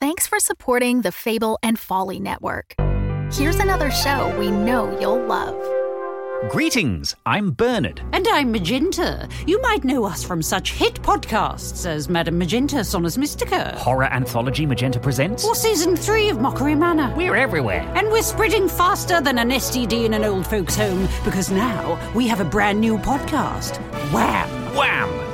Thanks for supporting the Fable and Folly Network. Here's another show we know you'll love. Greetings, I'm Bernard. And I'm Magenta. You might know us from such hit podcasts as Madame Magenta, Sonus Mystica, Horror Anthology Magenta Presents. or Season 3 of Mockery Manor. We're everywhere. And we're spreading faster than an STD in an old folks' home because now we have a brand new podcast Wham! Wham!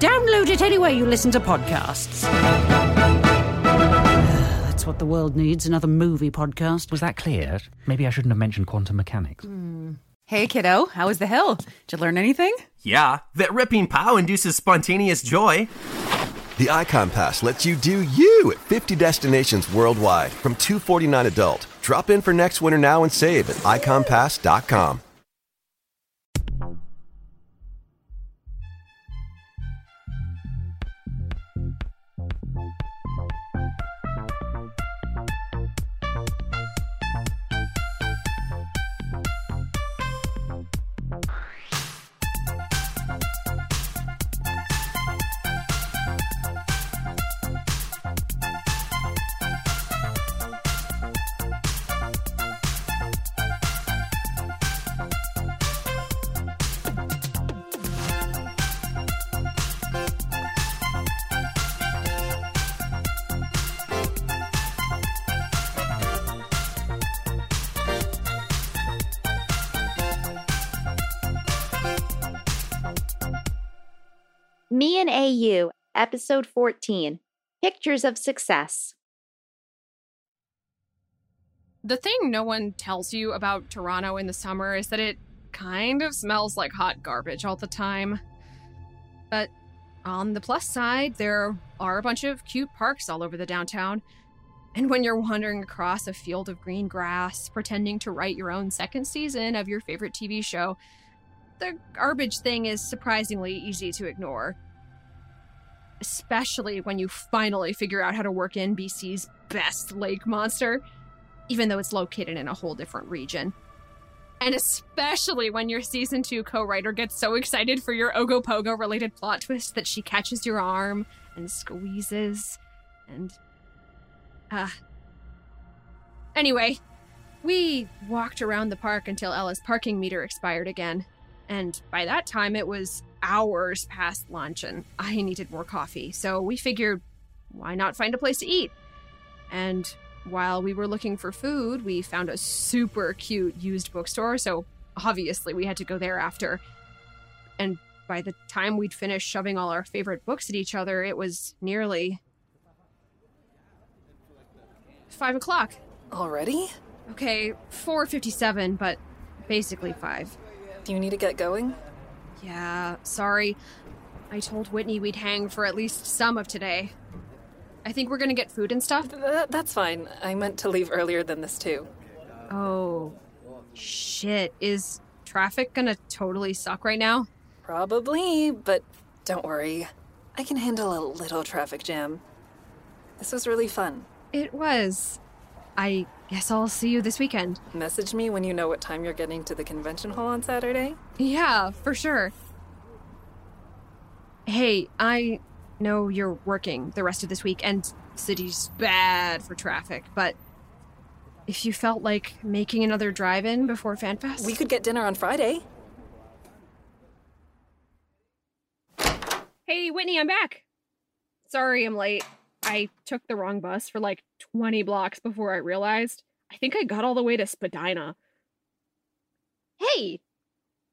Download it anywhere you listen to podcasts. That's what the world needs another movie podcast. Was that clear? Maybe I shouldn't have mentioned quantum mechanics. Hey, kiddo, how was the hill? Did you learn anything? Yeah, that ripping pow induces spontaneous joy. The Icon Pass lets you do you at 50 destinations worldwide from 249 adult. Drop in for next winter now and save at iconpass.com. Me and AU, Episode 14 Pictures of Success. The thing no one tells you about Toronto in the summer is that it kind of smells like hot garbage all the time. But on the plus side, there are a bunch of cute parks all over the downtown. And when you're wandering across a field of green grass, pretending to write your own second season of your favorite TV show, the garbage thing is surprisingly easy to ignore. Especially when you finally figure out how to work in BC's best lake monster even though it's located in a whole different region. And especially when your season two co writer gets so excited for your Ogopogo related plot twist that she catches your arm and squeezes and. Ah. Anyway, we walked around the park until Ella's parking meter expired again. And by that time, it was hours past lunch and I needed more coffee, so we figured why not find a place to eat? And while we were looking for food, we found a super cute used bookstore, so obviously we had to go there after. And by the time we'd finished shoving all our favorite books at each other, it was nearly. five o'clock. Already? Okay, 4.57, but basically five. Do you need to get going? Yeah, sorry. I told Whitney we'd hang for at least some of today. I think we're gonna get food and stuff. Th- Uh, that's fine. I meant to leave earlier than this, too. Oh, shit. Is traffic gonna totally suck right now? Probably, but don't worry. I can handle a little traffic jam. This was really fun. It was. I guess I'll see you this weekend. Message me when you know what time you're getting to the convention hall on Saturday. Yeah, for sure. Hey, I No, you're working the rest of this week, and city's bad for traffic, but if you felt like making another drive in before FanFest, We could get dinner on Friday. Hey, Whitney, I'm back. Sorry I'm late. I took the wrong bus for like 20 blocks before I realized. I think I got all the way to Spadina. Hey,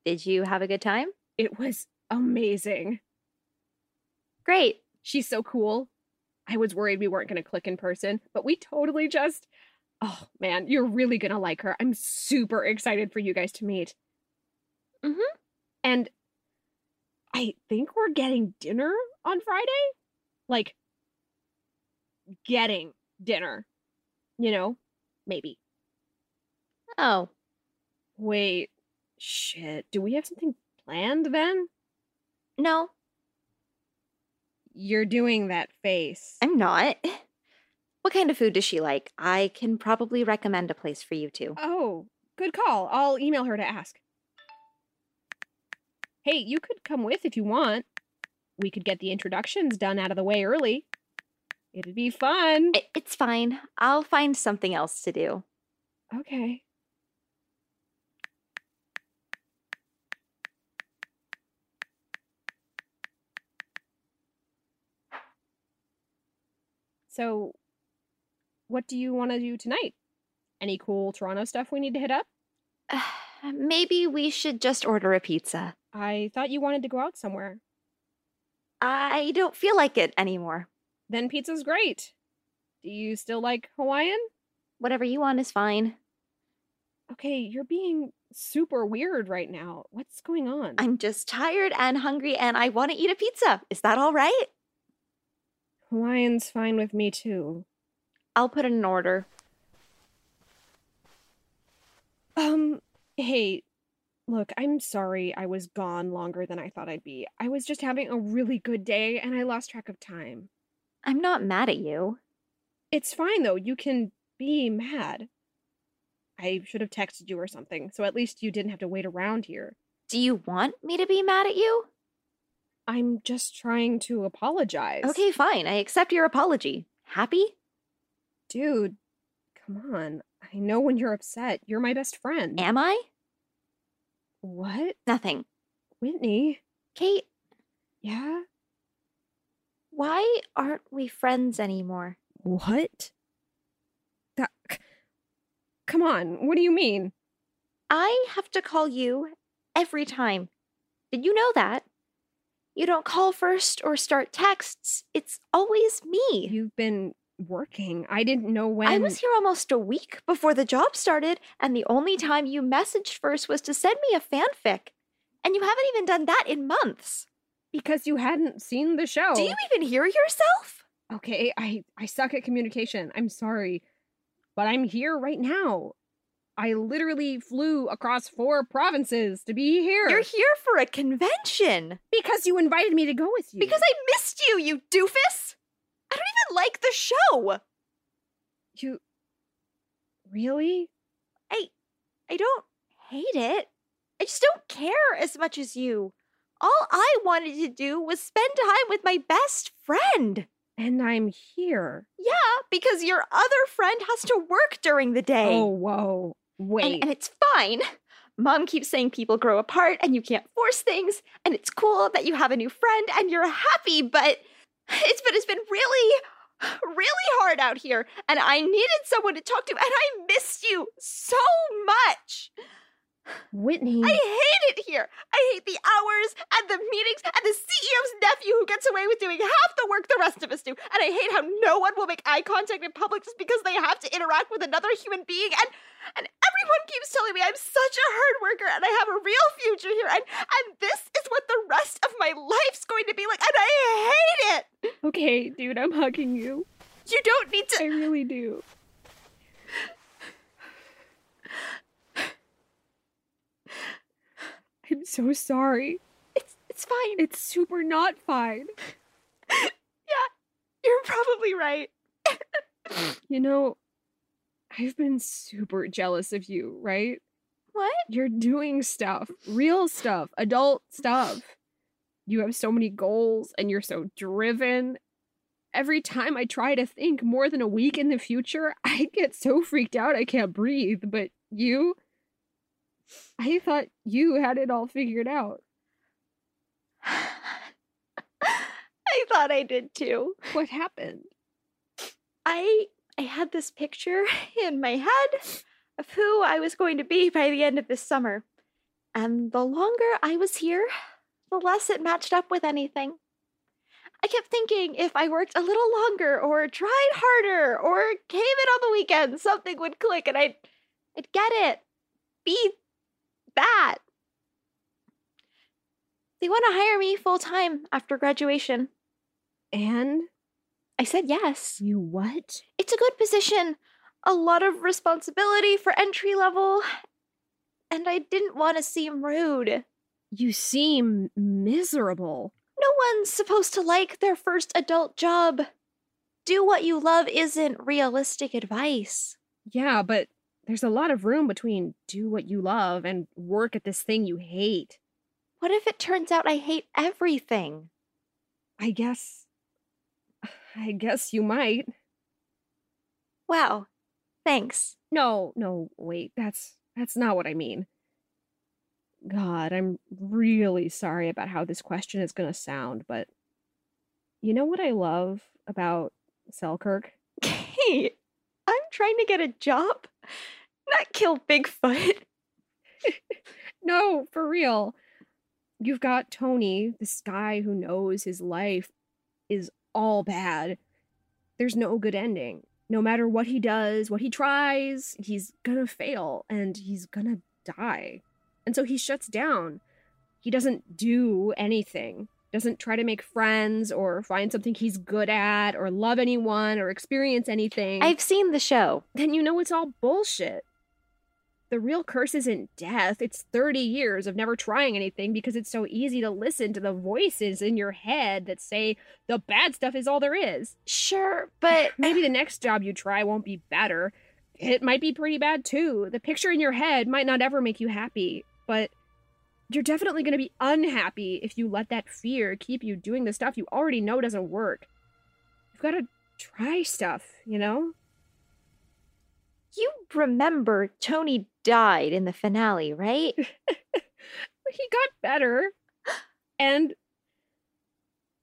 did you have a good time? It was amazing. Great. She's so cool. I was worried we weren't going to click in person, but we totally just. Oh man, you're really going to like her. I'm super excited for you guys to meet. Mhm. And I think we're getting dinner on Friday. Like, getting dinner. You know, maybe. Oh, Wait, shit. Do we have something planned then? no, You're doing that face. I'm not. What kind of food does she like? I can probably recommend a place for you two. Oh, good call. I'll email her to ask. Hey, you could come with if you want. We could get the introductions done out of the way early. It'd be fun. I- It's fine. I'll find something else to do. Okay. So, what do you want to do tonight? Any cool Toronto stuff we need to hit up? Maybe we should just order a pizza. I thought you wanted to go out somewhere. I don't feel like it anymore. Then pizza's great. Do you still like Hawaiian? Whatever you want is fine. Okay, you're being super weird right now. What's going on? I'm just tired and hungry and I want to eat a pizza. Is that all right? Hawaiian's fine with me too. I'll put in an order. Um, hey, look, I'm sorry I was gone longer than I thought I'd be. I was just having a really good day and I lost track of time. I'm not mad at you. It's fine though, you can be mad. I should have texted you or something, so at least you didn't have to wait around here. Do you want me to be mad at you? I'm just trying to apologize. Okay, fine. I accept your apology. Happy? Dude, come on. I know when you're upset. You're my best friend. Am I? what? Nothing. Whitney? Kate, Yeah? why aren't we friends anymore? What? That. c- Come on. What do you mean? I have to call you every time. Did you know that? You don't call first or start texts. It's always me. You've been working. I didn't know when. I was here almost a week before the job started, and the only time you messaged first was to send me a fanfic. And you haven't even done that in months. because you hadn't seen the show. Do you even hear yourself? Okay, I I suck at communication. I'm sorry. But I'm here right now. I literally flew across four provinces to be here. You're here for a convention. because you invited me to go with you. Because I missed you, you doofus! I don't even like the show! you Really? I don't hate it. I just don't care as much as you. All I wanted to do was spend time with my best friend. And I'm here. Yeah, because your other friend has to work during the day. Oh, whoa. Wait. And, and it's fine. Mom keeps saying people grow apart and you can't force things, and it's cool that you have a new friend and you're happy, but it's been it's been really really hard out here and I needed someone to talk to and I missed you so much. Whitney. I hate it here. I hate the hours and the meetings and the CEO's nephew who gets away with doing half the work the rest of us do. And I hate how no one will make eye contact in public just because they have to interact with another human being. And and everyone keeps telling me I'm such a hard worker and I have a real future here. And and this is what the rest of my life's going to be like. And I hate it. okay, dude, I'm hugging you. You don't need to. I really do. I'm so sorry. It's it's fine. It's super not fine. You're probably right. You know, I've been super jealous of you, right? What? You're doing stuff, real stuff, adult stuff. You have so many goals and you're so driven. Every time I try to think more than a week in the future, I get so freaked out I can't breathe. But you, I thought you had it all figured out. I thought I did too. What happened? I I had this picture in my head of who I was going to be by the end of this summer. And the longer I was here, the less it matched up with anything. I kept thinking if I worked a little longer or tried harder or came in on the weekend, something would click and I'd I'd get it. Be that. They want to hire me full time after graduation. And I said yes. you what? It's a good position, a lot of responsibility for entry level, and I didn't want to seem rude. You seem miserable. No one's supposed to like their first adult job. Do what you love isn't realistic advice. Yeah, but there's a lot of room between do what you love and work at this thing you hate. What if it turns out I hate everything? I guess. I guess you might. Wow. Thanks. No, no, wait. That's that's not what I mean. God, I'm really sorry about how this question is going to sound, but you know what I love about Selkirk? Hey, I'm trying to get a job, not kill Bigfoot. No, for real. You've got Tony, this guy who knows his life is all bad. There's no good ending. No matter what he does, what he tries, he's gonna fail and he's gonna die. And so he shuts down. He doesn't do anything, doesn't try to make friends or find something he's good at or love anyone or experience anything I've seen the show. then you know it's all bullshit. The real curse isn't death, it's 30 years of never trying anything because it's so easy to listen to the voices in your head that say the bad stuff is all there is. Sure, but Maybe the next job you try won't be better. It might be pretty bad too. The picture in your head might not ever make you happy, but you're definitely going to be unhappy if you let that fear keep you doing the stuff you already know doesn't work. You've got to try stuff, you know? you remember Tony died in the finale, right? But he got better. And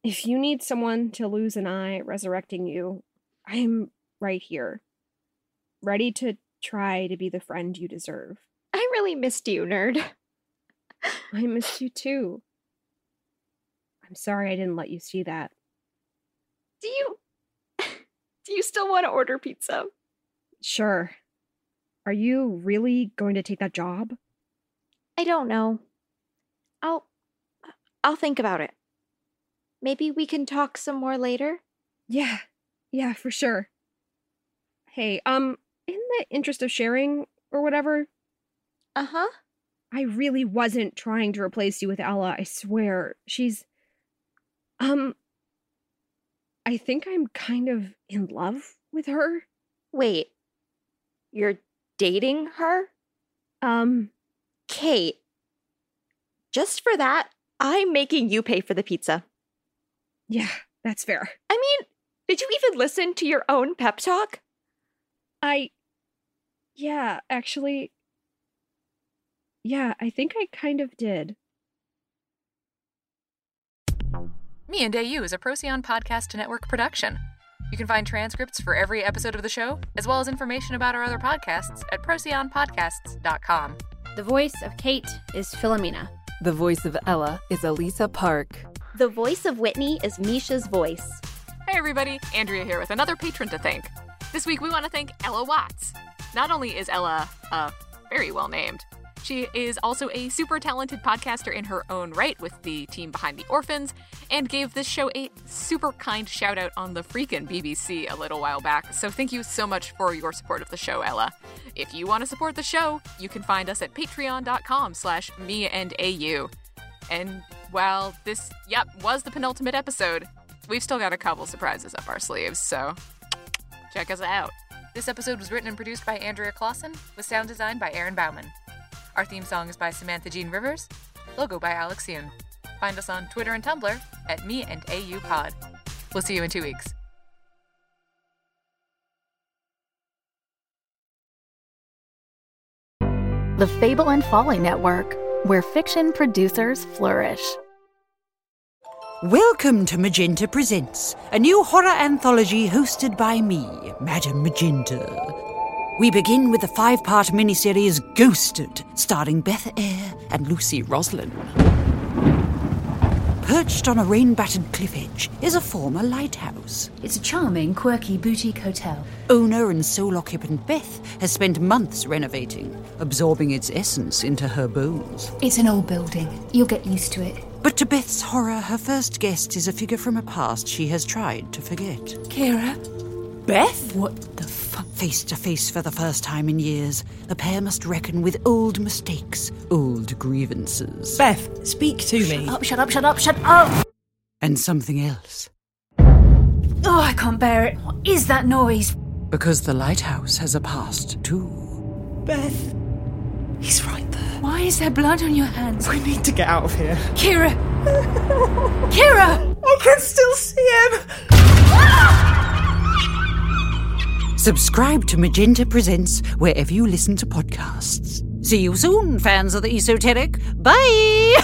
if you need someone to lose an eye resurrecting you, I'm right here, ready to try to be the friend you deserve. I really missed you, nerd. I miss you too. I'm sorry I didn't let you see that. Do you Do you still want to order pizza? Sure. Are you really going to take that job? I don't know. I'll I'll think about it. Maybe we can talk some more later. Yeah, yeah, for sure. Hey, um, in the interest of sharing or whatever, Uh-huh. I really wasn't trying to replace you with Ella, I swear. She's. Um. I think I'm kind of in love with her. Wait. You're dating her? Um. Kate. Just for that, I'm making you pay for the pizza. Yeah, that's fair. I mean, did you even listen to your own pep talk? I. Yeah, actually. Yeah, I think I kind of did. Me and AU is a Procyon Podcast Network production. You can find transcripts for every episode of the show, as well as information about our other podcasts at procyonpodcasts.com. The voice of Kate is Philomena. The voice of Ella is Elisa Park. The voice of Whitney is Misha's voice. Hey everybody, Andrea here with another patron to thank. This week we want to thank Ella Watts. Not only is Ella uh, very well named, she is also a super talented podcaster in her own right with the team behind The Orphans and gave this show a super kind shout out on the freaking BBC a little while back. So thank you so much for your support of the show, Ella. If you want to support the show, you can find us at patreon.com slash me and AU. And while this, yep, was the penultimate episode, we've still got a couple surprises up our sleeves, so check us out. This episode was written and produced by Andrea Clausen, with sound design by Aaron Bauman. Our theme song is by Samantha Jean Rivers, logo by Alex Yoon. Find us on Twitter and Tumblr at me and AU Pod. We'll see you in two weeks. The Fable and Folly Network, where fiction producers flourish. Welcome to Magenta Presents, a new horror anthology hosted by me, Madame Magenta. We begin with the five part miniseries Ghosted, starring Beth Eyre and Lucy Roslin. Perched on a rain battered cliff edge is a former lighthouse. It's a charming, quirky boutique hotel. Owner and sole occupant Beth has spent months renovating, absorbing its essence into her bones. It's an old building. You'll get used to it. But to Beth's horror, her first guest is a figure from a past she has tried to forget. Kira? Beth? What the fuck? Face to face for the first time in years, the pair must reckon with old mistakes, old grievances. Beth, speak to me. Up, shut up, shut up, shut up! And something else. Oh, I can't bear it. What is that noise? Because the lighthouse has a past, too. Beth, he's right there. Why is there blood on your hands? We need to get out of here. Kira! Kira! I can still see him! Subscribe to Magenta Presents wherever you listen to podcasts. See you soon, fans of the esoteric. Bye!